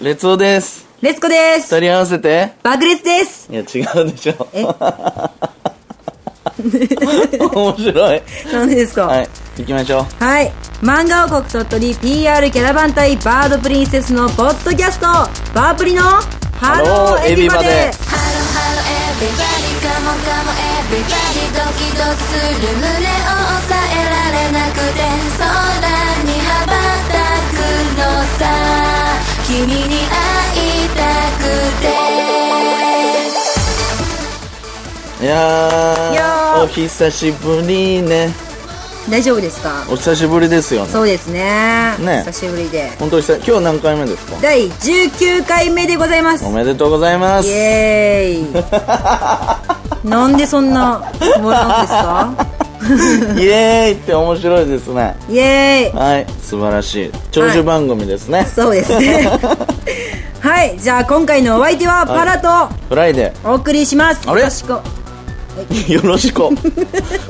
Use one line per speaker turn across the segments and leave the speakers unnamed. レツオです。
レツコです
二人合わせて。
爆裂です
いや、違うでしょ。
え
面白い。
なんでですか
は
はい
い、行きましょう。
漫画王国鳥取 PR キャラバン隊バードプリンセスのポッドキャストバープリのハローエビバデ
Hello, hello, everybody, come on, come on, everybody ドキドキする胸を張って抑えられなくて空に羽ばたくのさ君に会いたくて
いやー
いやー
お久しぶりね。
大丈夫ですか
お久しぶりですよね。
そうですね
ね
久しぶりで
本当に久々今日何回目ですか
第19回目でございます
おめでとうございま
イ
す。
エー イなんでそんなもらうんですか
イエーイって面白いですね。
イエーイ
はい、素晴らしい。長寿番組ですね。
そうです ねはいじゃあ今回のお相手はパラと、
フライデ
お送りします
あれ
よろしく
ー。よろしく。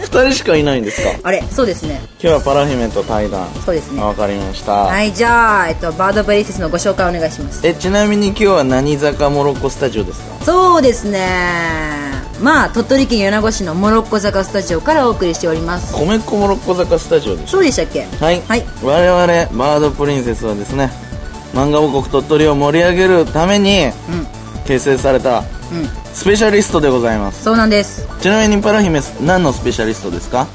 二人しかいないんですか
あれそうですね
今日はパラ姫と対談。
そうですね
わかりました。
はいじゃあ、えっと、バードプリンセスのご紹介お願いします
え、ちなみに今日は何坂モロッコスタジオですか
そうですねまあ鳥取県米子市のモロッコ坂スタジオからお送りしております
米粉モロッコ坂スタジオです。
そうでしたっけ
はい、
はい
我々バードプリンセスはですね漫画王国鳥取を盛り上げるために結成された
うんうん
スペシャリストでございます
そうなんです
ちなみにパラ姫何のスペシャリストですか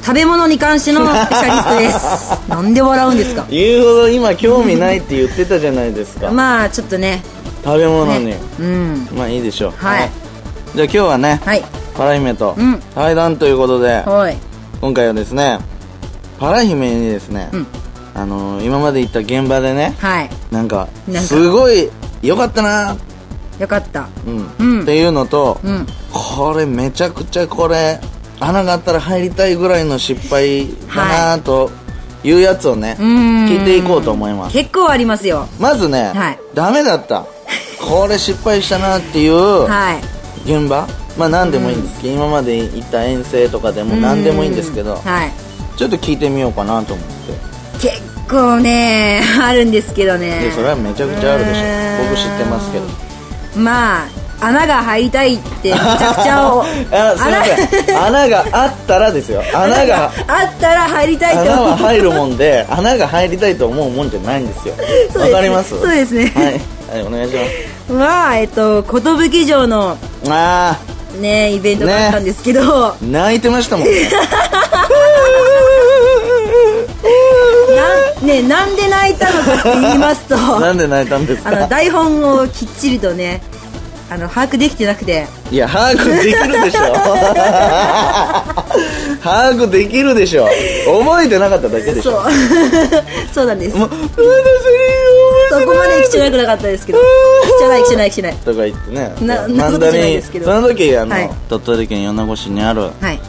食べ物に関しての スペシャリストですなんで笑うんですか
言うほど今興味ないって言ってたじゃないですか、
まあちょっとね
食べ物に、
ねうん
まあいいでしょう
はい
じゃあ今日はね、
はい
パラ姫と
うん
対談ということで、
はい
今回はですねパラ姫にですね、
うん
あのー今まで行った現場でね
はい
なんか
なんか
すごい良かったなー
よかった
うん
う
っ
ん
ていうのと、
うん
これめちゃくちゃこれ穴があったら入りたいぐらいの失敗だなというやつをね、
ん
聞いていこうと思います
結構ありますよ
まずね、
はい
ダメだったこれ失敗したなっていう
はい
現場、まあ何でもいいんですけど、今まで行った遠征とかでも何でもいいんですけど、
はい
ちょっと聞いてみようかなと思って、
結構ね あるんですけどね
でそれはめちゃくちゃあるでしょ
うーん
僕知ってますけど
まあ穴が入りたいってめちゃくちゃ お
あすいません穴があったらですよ穴が
あったら入りたいって
穴
思
は
う
入るもんで穴が入りたいと思うもんじゃないんですよ
そうですね
わ、かります
そうですね
はい、はい、お願いし
まあえっと寿城の
ますあ
ねイベントがあったんですけど、
ー泣いてましたもんね
なんねなんで泣いたのかって言いますと
な
あ
んで泣いたんです
の
か
台本をきっちりとねあの把握できてなくて
いや把握できる でしょ把握できるでしょ覚えてなかっただけでし
そ
ょ
う そうなんです
もう
そ
私覚えて
こまで汚くなかったですけど汚い汚い汚い
とか言ってね
な
マ
な
ン
ん
ダ
とじゃない
リン
です
そ
けど
の時あの、
はい
鳥取県米子市にある
はい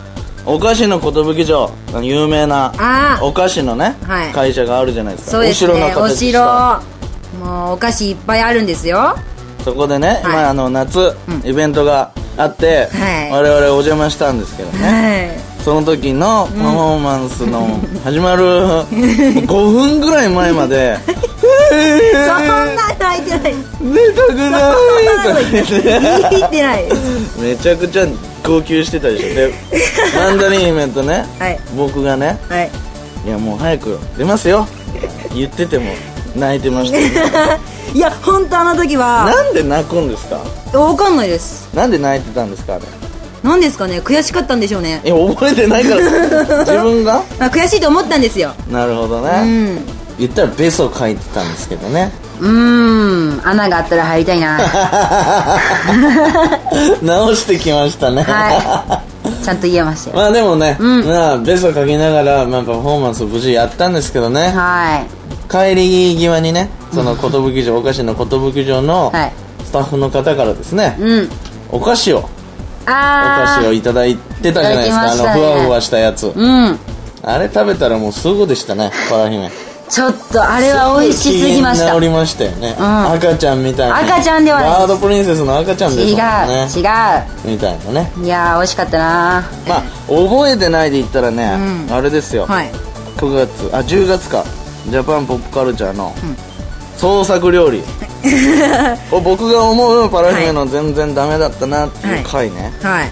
お菓子の寿城あの有名な
あー
お菓子のね、
はい
会社があるじゃないですか
そうですね
お城の
お
形した
城もうお菓子いっぱいあるんですよ
そこでね、まあ、あの夏、イベントがあって、
はい
我々お邪魔したんですけどね、
は
その時のパフォーマンス の始まる5分ぐらい前まで「え
いそん
ー、
な泣いてない
出たくない」とか言って
言ってないです
めちゃくちゃ号泣してたでしょ でマンダリン姫とね、
はい
僕がね
はい
「いやもう早く出ますよ」言ってても泣いてましたよ
いや本当あの時は
なんで泣くんですか
わかんないです
なんで泣いてたんですかあれ
何ですかね悔しかったんでしょうね
いや覚えてないから 自分が
まあ悔しいと思ったんですよ
なるほど
う
ね、
ん
言ったらベソ書いてたんですけどね
うーん穴があったら入りたいな
直してきましたね、
はいちゃんと言えましたよ
まあでもね、まあベソ書きながら、まあ、パフォーマンス無事やったんですけどね
は
帰り際にねその寿城お菓子の寿城の
はい
スタッフの方からですね、
いうん
お菓子をお
あ
菓子をいただいてたじゃないですか
いただ
あ
きまし
の
たね
ふわふわしたやつ、
ーうん
あれ食べたらもうすぐでしたねパラ姫
ちょっとあれは美味しすぎまし
機嫌
た
直
違う
りましたよね、
ん
赤ちゃんみたいな
赤ちゃんではないです
バードプリンセスの赤ちゃんですもんね
違う
みたいなね
いやー美味しかったな
まあ覚えてないで言ったらね、
うん
あれですよ、
はい
9月あ10月かジャパンポップカルチャーの創作料理これ僕が思うパラフィメの全然ダメだったなっていう回ね、
はい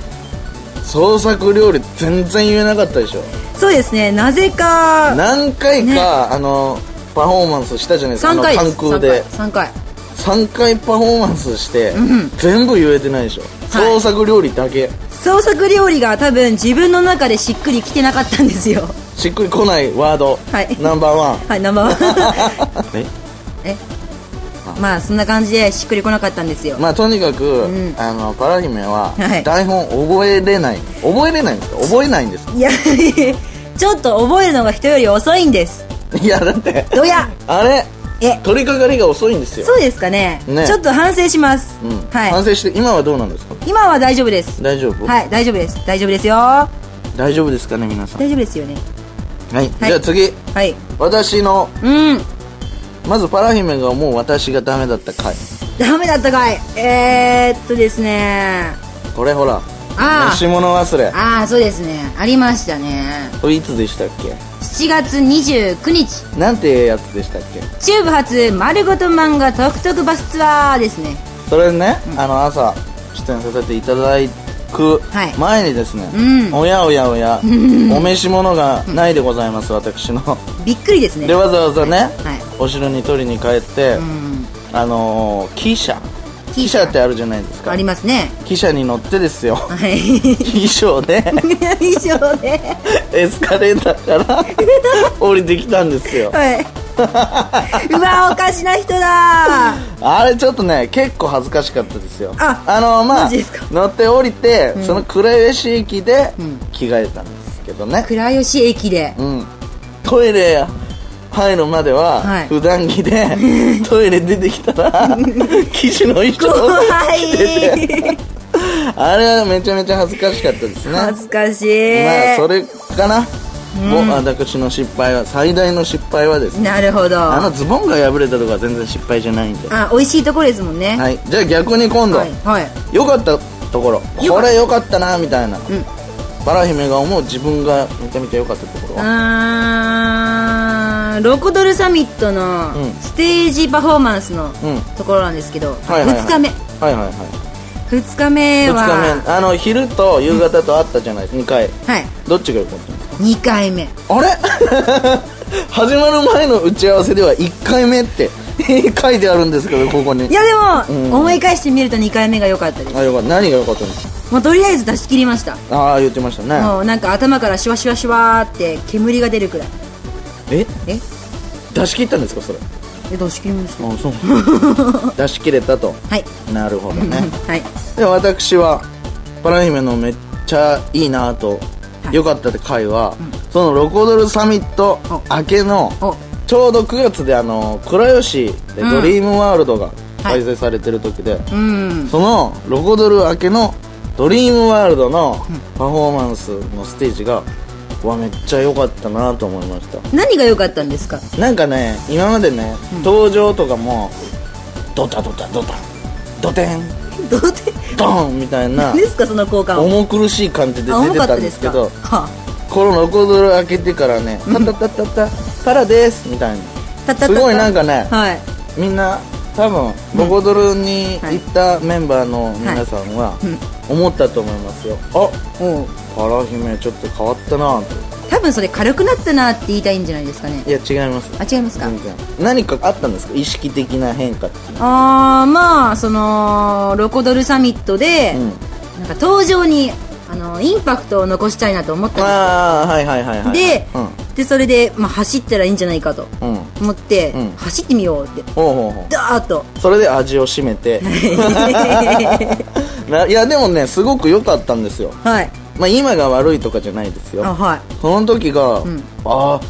創作料理全然言えなかったでしょ
そうですねなぜか
何回か、
ね
あのパフォーマンスしたじゃないですかあ
3
の
回
関空で
3回
3回パフォーマンスして、全部言えてないでしょ、創作料理だけ
創作料理が多分自分の中でしっくりきてなかったんですよ
しっくりこないワード、
はい
ナンバーワ ン
はい生は
え
えまあそんな感じでしっくりこなかったんですよ
まあとにかく、
うん
あのパラ姫は
はい
台本覚えれない、覚えれないんですか覚えないんですか
いや ちょっと覚えるのが人より遅いんです
いやだって
どや
あれ
え
取り掛かりが遅いんですよ
そうですかね
ね
ちょっと反省します、
うん
は
反
い
省して今はどうなんですか
今は大丈夫です
大丈夫、
はい大丈夫です大丈夫ですよ
大丈夫ですかね皆さん、
大丈夫ですよね
はい、じゃあ次
はい
私の
うん
まずパラ姫が思う私がダメだった回
ダメだったかいえー、っとですね
これほら
あー
し物忘れ
ああそうですねありましたね
これいつでしたっ
7月29日
けなんてやつでしたっけ
チューブ発丸ごと漫画トクトクバスツアーですね
それね、あの朝出演させていただく
はい
前にですね、
うん
おやおやおや、お召し物がないでございます私の
びっくりですね
でわざわざね、
はい
お城に取りに帰って、
うん
あのー、汽車
汽車
汽車ってあるじゃないですか
ありますね
汽車に乗ってですよ
はい
衣装で
以上で
エスカレーターから降りてきたんですよ
はいうわおかしな人だ
あれちょっとね結構恥ずかしかったですよ
あ
のま
マ
あ
ジですか
乗って降りて、その倉吉駅で
ん
着替えたんですけどね、
倉吉駅で
うん、トイレ入るまでは、
はい
普段着 でトイレ出てきたら生地の衣装
怖
を
い
あれはめちゃめちゃ恥ずかしかったですね
恥ずかし
まあそ
い
れかな、もう私の失敗は最大の失敗はですね
なるほど
あの
あ
ズボンが破れたとかは全然失敗じゃないんで、
美味しいところですもんね
はい、じゃあ逆に今度、
はいはい
良かったところこれ良かったなみたいな、バラ姫が思う自分がめちゃめちゃ良かったところは
あーロコドルサミットの
うん
ステージパフォーマンスの
うん
ところなんですけど、
はいはいはい
2日目
はいはいは
2日目
い2
は
日目あの昼と夕方とあったじゃない、2回
はい
どっちが良かったんですか
2回目
あれ 始まる前の打ち合わせでは1回目って 書いてあるんですけどここに
いやでも、
うん
思い返してみると2回目が良かったです
あよかった何が良かったんです
もうとりあえず出し切りました
かああ言ってましたね、
もうなんか頭からシュワシュワシュワーって煙が出るくらい
え
え
出し切ったんですかそれあ
え出し切りました
そう出し切れたと
はい
なるほど ね
はい
で私はパラ姫のめっちゃいいなと
はい
良、かったって回は、そのロコドルサミット明けの
お
ちょうど9月であの倉吉でドリームワールドが開催されてる時で、
うん
そのロコドル明けのドリームワールドのパフォーマンスのステージが、うわめっちゃ良かったなと思いました
何が良かったんですか
なんかね今までね、登場とかもドタドタドタドテン
どうで
ドーンみたいな
何ですかその効果音
重苦しい感じで
あ
出
重
て
かったた
ん
で
ですす
か
けど
は
このロコドル開けてからね「タタタタタパラです」みたい
あた
な
た
す
た
ごいなんかね
はい
みんな多分ロコドルに行ったメンバーの皆さんは
うん
思ったと思いますよあ
おう
パラ姫ちょっと変わったなと
多分それ軽くなったなって言いたいんじゃないですかね
いや違います
あ違いますか、
全然何かあったんですか意識的な変化っていう
ああまあそのロコドルサミットで、
うん
なんか登場にあのインパクトを残したいなと思ったん
ああはいはいはいはい
です
う
よででそれで、まあ、走ったらいいんじゃないかと
んうん
思って、
うん
走ってみようって
ほうほうほ
ダーッ と
うそれで味を占めて ないやでもねすごく良かったんですよ
はい
まあ、今が悪いとかじゃないです
あ
よ
はい
その時が、
ん
ああ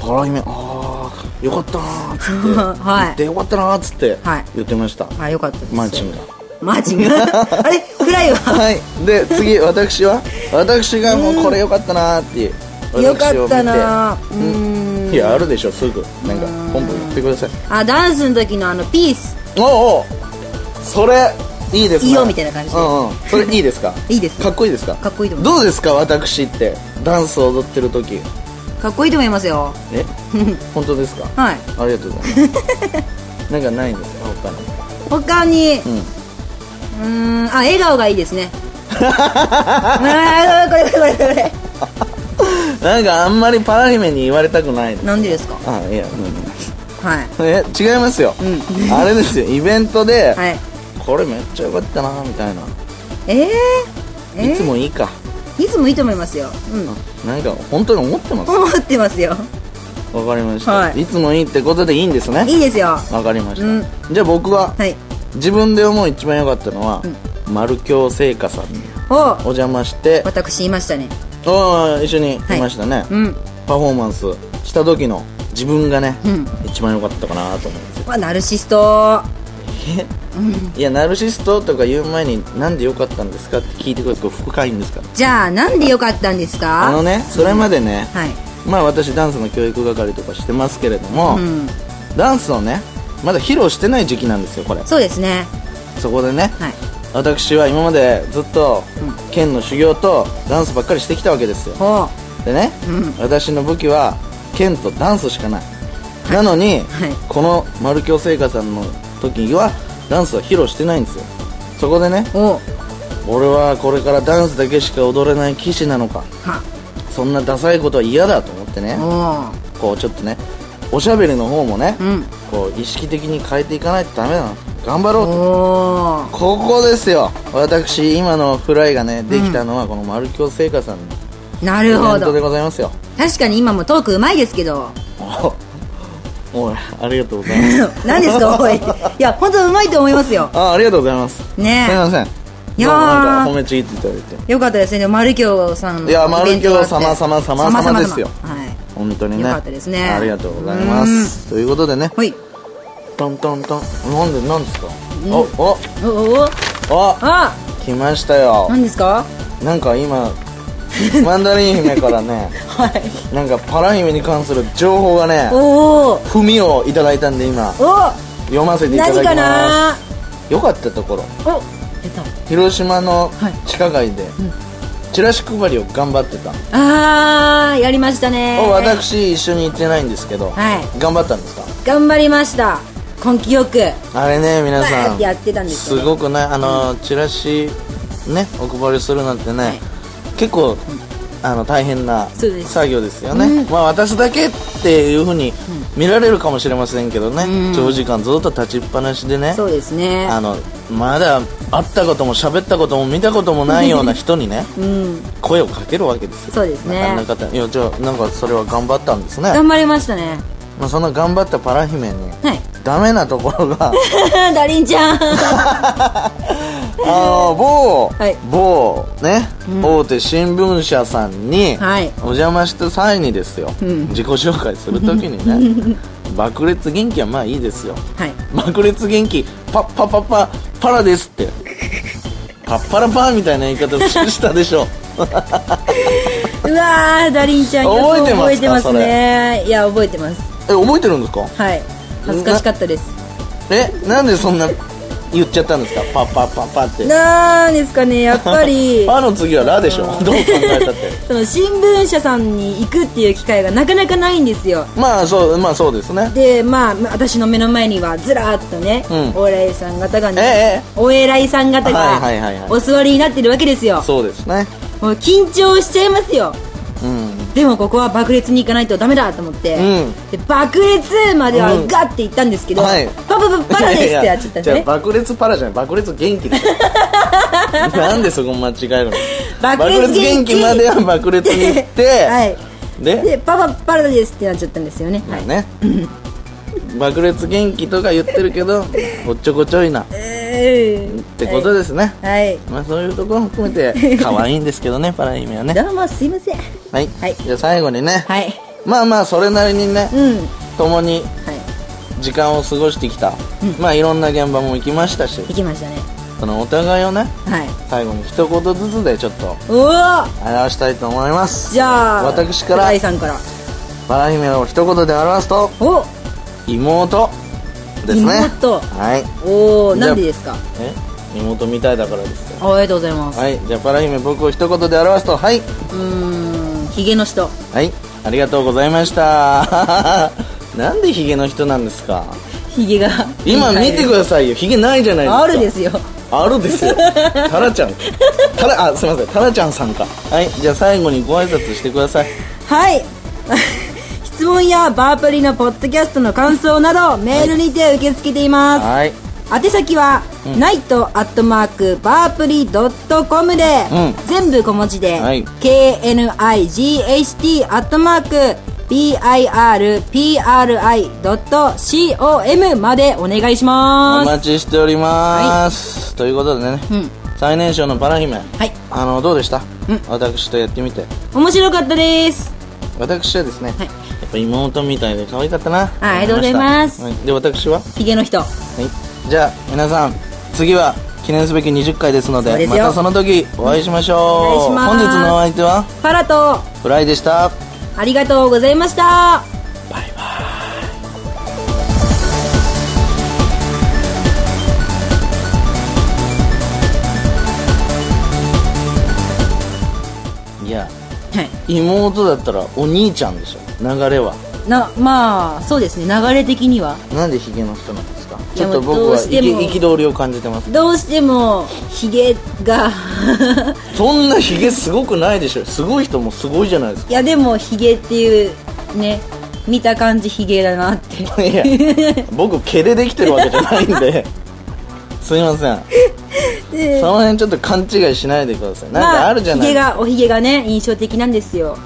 パラ姫ああよかったなーっつって、
は
言っ
い
てよかったなーっつって
はい
言ってました、
あよかったです
マーチンが
マーチンが あれフライは
はいで次私は私がもうこれよかったなーっていう 私を見て
よかったなう
うん
ん
いやあるでしょすぐなんかポンポン言ってください
あダンスの時のあのピース
おうおうそれいいですね
いいよみたいな感じで
うんうんそれいいですか
いいです
かっこいいですか
かっこいいと思い
どうですか私ってダンスを踊ってる時
かっこいいと思いますよ
え本当ですか
はい
ありがとうございますなんかないんですか他の
他
ん
にうーんあ笑顔がいいで すねあーこれこれこれこれ
なんかあんまりパラ姫に言われたくないです
なんでですか
あいや、うん
はい
え違いますよ、
う
あれですよイベントで、
はい
これめっちゃ良かったなみたいな、
えー、え
いつもいいか
ーいつもいいと思いますようん
なんか本当に思ってますわ、
思ってますよ
かりました、
はい
い、つもいいってことでいいんですね
いいですよ
わかりました、
うん
じゃあ僕は、
はい
自分で思う一番良かったのは、丸京製菓さんに
お
お邪魔して
私言いましたね
ああ一緒にいましたね、
うん
パフォーマンスした時の自分がね、
うん
一番良かったかなと思うんですよ
わナルシスト
いやナルシストとか言う前になんで良かったんですかって聞いてくれると深いんですから
じゃあなんでよかったんですか
あのねそれまでね、
はい
まあ私ダンスの教育係とかしてますけれども、
うん
ダンスをねまだ披露してない時期なんですよこれ
そうですね
そこでね、
はい
私は今までずっと
うん
剣の修行とダンスばっかりしてきたわけですよ
ほ
でね、
うん
私の武器は剣とダンスしかない、なのに、
はい
この丸京聖華さんの時はダンスは披露してないんですよそこでね
うおう
俺はこれからダンスだけしか踊れない騎士なのか
は
そんなダサいことは嫌だと思ってね
おう
こうちょっとねおしゃべりの方もね、
うん
こう意識的に変えていかないとダメだな頑張ろうと
おう
ここですよ私今のフライがねできたのはこの丸京製菓さんの
な
イベ
るほ
ントで
ど
ございますよ
確かに今もトークうまいですけど
おおいありがとうございます
何で すかおいいや本当うまいと思いますよ
あありがとうございます
ねえ
すいません
いやー
どうもなんか褒めちぎっていただいて
よかったですねでもマルキョウさんの
いや
イベントがあって
マルキョウ様様様様様ですよ
はい
本当にね
よかったですね
ありがとうございますということでね
ほい
トントントンなんでなんですかお
おおお
おお
あ
来ましたよ
何ですか
なんか今マンダリン姫からね
はい
なんかパラ姫に関する情報がね
おお
踏みをいただいたんで今
お
読ませていただ
何
き
か
ま
な
すよかったところ
お出た
広島の
はい
地下街で、チラシ配りを頑張ってた、
あーやりましたね
お私一緒に行ってないんですけど、
はい
頑張ったんですか
頑張りました根気よく
あれね皆
わー
さ
っ
ん
てやってたんですよね
すごくねあの、チラシねお配りするなんてね、
はい
結構あの大変な
そうです
作業ですよねまあ私だけっていうふうに見られるかもしれませんけどね、
うん
長時間ずっと立ちっぱなしでね
そうですね
あのまだ会ったことも喋ったことも見たこともないような人 にね
うん
声をかけるわけですよ
そうですね
なかなかたいやじゃあなんかそれは頑張ったんですね、
頑張りましたね
まあ、その頑張ったパラ姫に
はい
ダメなところが
ダリンちゃん
あの某、
はい
某ね、大手新聞社さんに
はい
お邪魔した際にですよ、
うん
自己紹介するときに ね爆裂元気はまあいいですよ
はい
爆裂元気パッパッパッパパラですってパッパラパーみたいな言い方したでしょ
うわーダリンちゃんよく
覚えてますか
覚えてます
そ
ねいや覚えてます
え覚えてるんですか
はい恥ずかしかったです
えなんでそんな言っちゃったんですかパッパッパッパって
なんですかねやっぱ り
パの次はラでしょどう考えたって
その新聞社さんに行くっていう機会がなかなかないんですよ
まあそうまあそうですね
でまあまあ私の目の前にはずらーっとね、
うん
お偉いさん方がね、
ええ
お偉いさん方が
はいはいはいはい
お座りになってるわけですよ
そうですね
もう緊張しちゃいますよ
うん
でもここは爆裂に行かないとダメだと思って、
うん
で爆裂まではガッて行ったんですけど、
はい
パパパパラですってやっちゃったんです
じゃあ
ね
爆裂パラじゃない爆裂元気だよ なんでそこ間違えるの
爆裂元気
爆までは爆裂に行っ
は
て
い
で
でパパパラですってなっちゃったんですよね、
ま
は
あ
い
ね爆裂元気とか言ってるけ どおっちょこちょいなっ
えー
てことですね
はい
まあそういうところも含め て可愛いんですけどねパラ姫はね
どうもすいません
はい、
はい
じゃあ最後にね、
はい
まあまあそれなりにね、
うんは
共に
い
時間を過ごしてきた、まあいろんな現場も行きましたし
行きましたね
そのお互いをね
はい
最後に一言ずつでちょっと
おお
表したいと思います
じゃあ
私から
大さんから
バラ姫を一言で表すと
お
妹ですね
妹
はい
おお
じゃあ
なんでですか
え妹みたいだからですよ
あありがとうございます、
はいじゃあパラ姫僕を一言で表すとはいう
ーんヒゲの人
はいありがとうございましたなんでヒゲの人なんですか
ヒゲが
今見てくださいよヒゲないじゃないですか
あるですよ
あるですよタラちゃんタラあすいませんタラちゃんさんかはいじゃあ最後にご挨拶してください
はい 質問やバープリのポッドキャストの感想などメールにて受け付けています、
はい
宛先は、ナイトアットマークバープリドットコムで、
うん
全部小文字で、
はい
KNIGHT アットマーク BIRPRI.com までお願いし
お
ます
待ちしております、ということでね、
うん
最年少のパラ姫
はい
あのどうでした、私とやってみて
面白かったです
私はですね、
はい
やっぱ妹みたいで可愛かったな
ありがとうございます
思したはいで私は
ヒゲの人
はい、じゃあ皆さん次は記念すべき20回ですので
そうです
ま
よ
たその時お会いしましょう、
お願
本
いします
日のお相手は
パラと
フライでした
ありがとうございました
いや
はい
妹だったらお兄ちゃんでしょ流れは
なまあそうですね流れ的には
なんでヒゲの人なんですか
い
ち
や
ょっと
も
僕
うどう
は
しても
憤りを感じてます
どうしてもヒゲが
そんなヒゲすごくないでしょすごい人もすごいじゃないです
いやでもヒゲっていうね見た感じヒゲだ なって
か いや僕毛でできてるわけじゃないんですいません
で
その辺ちょっと勘違いしないでくださいなん
ま
かあるじゃない
ヒゲ
ですか、
がおヒゲがね印象的なんですよ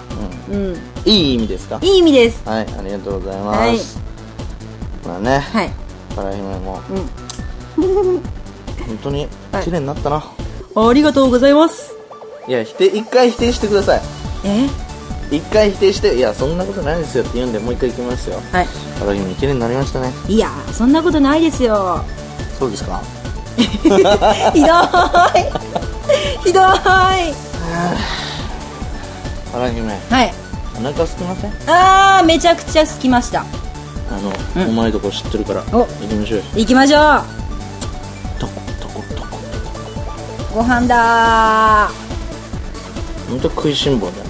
うん、
いい意味ですか
いい意味です
はい、ありがとうございます。まあね、
はい
パラ姫も、
ん
本当に
はい
綺麗になったな。
ありがとうございます
い、や、否定、一回否定してください。
え
一回否定して、いや、そんなことないですよって言うんで、もう一回行きますよ。
は
パラ姫綺麗になりましたね。
いいやそんなことないで すよ
そうですか。
ひどいひどいはい
パラ姫、お腹すきません。
あーめちゃくちゃすきました
あの、お前とこ知ってるから、
お
行きましょうよ。
行きましょう
とことことことこ。
ご飯だー
本当食いしん坊だよね。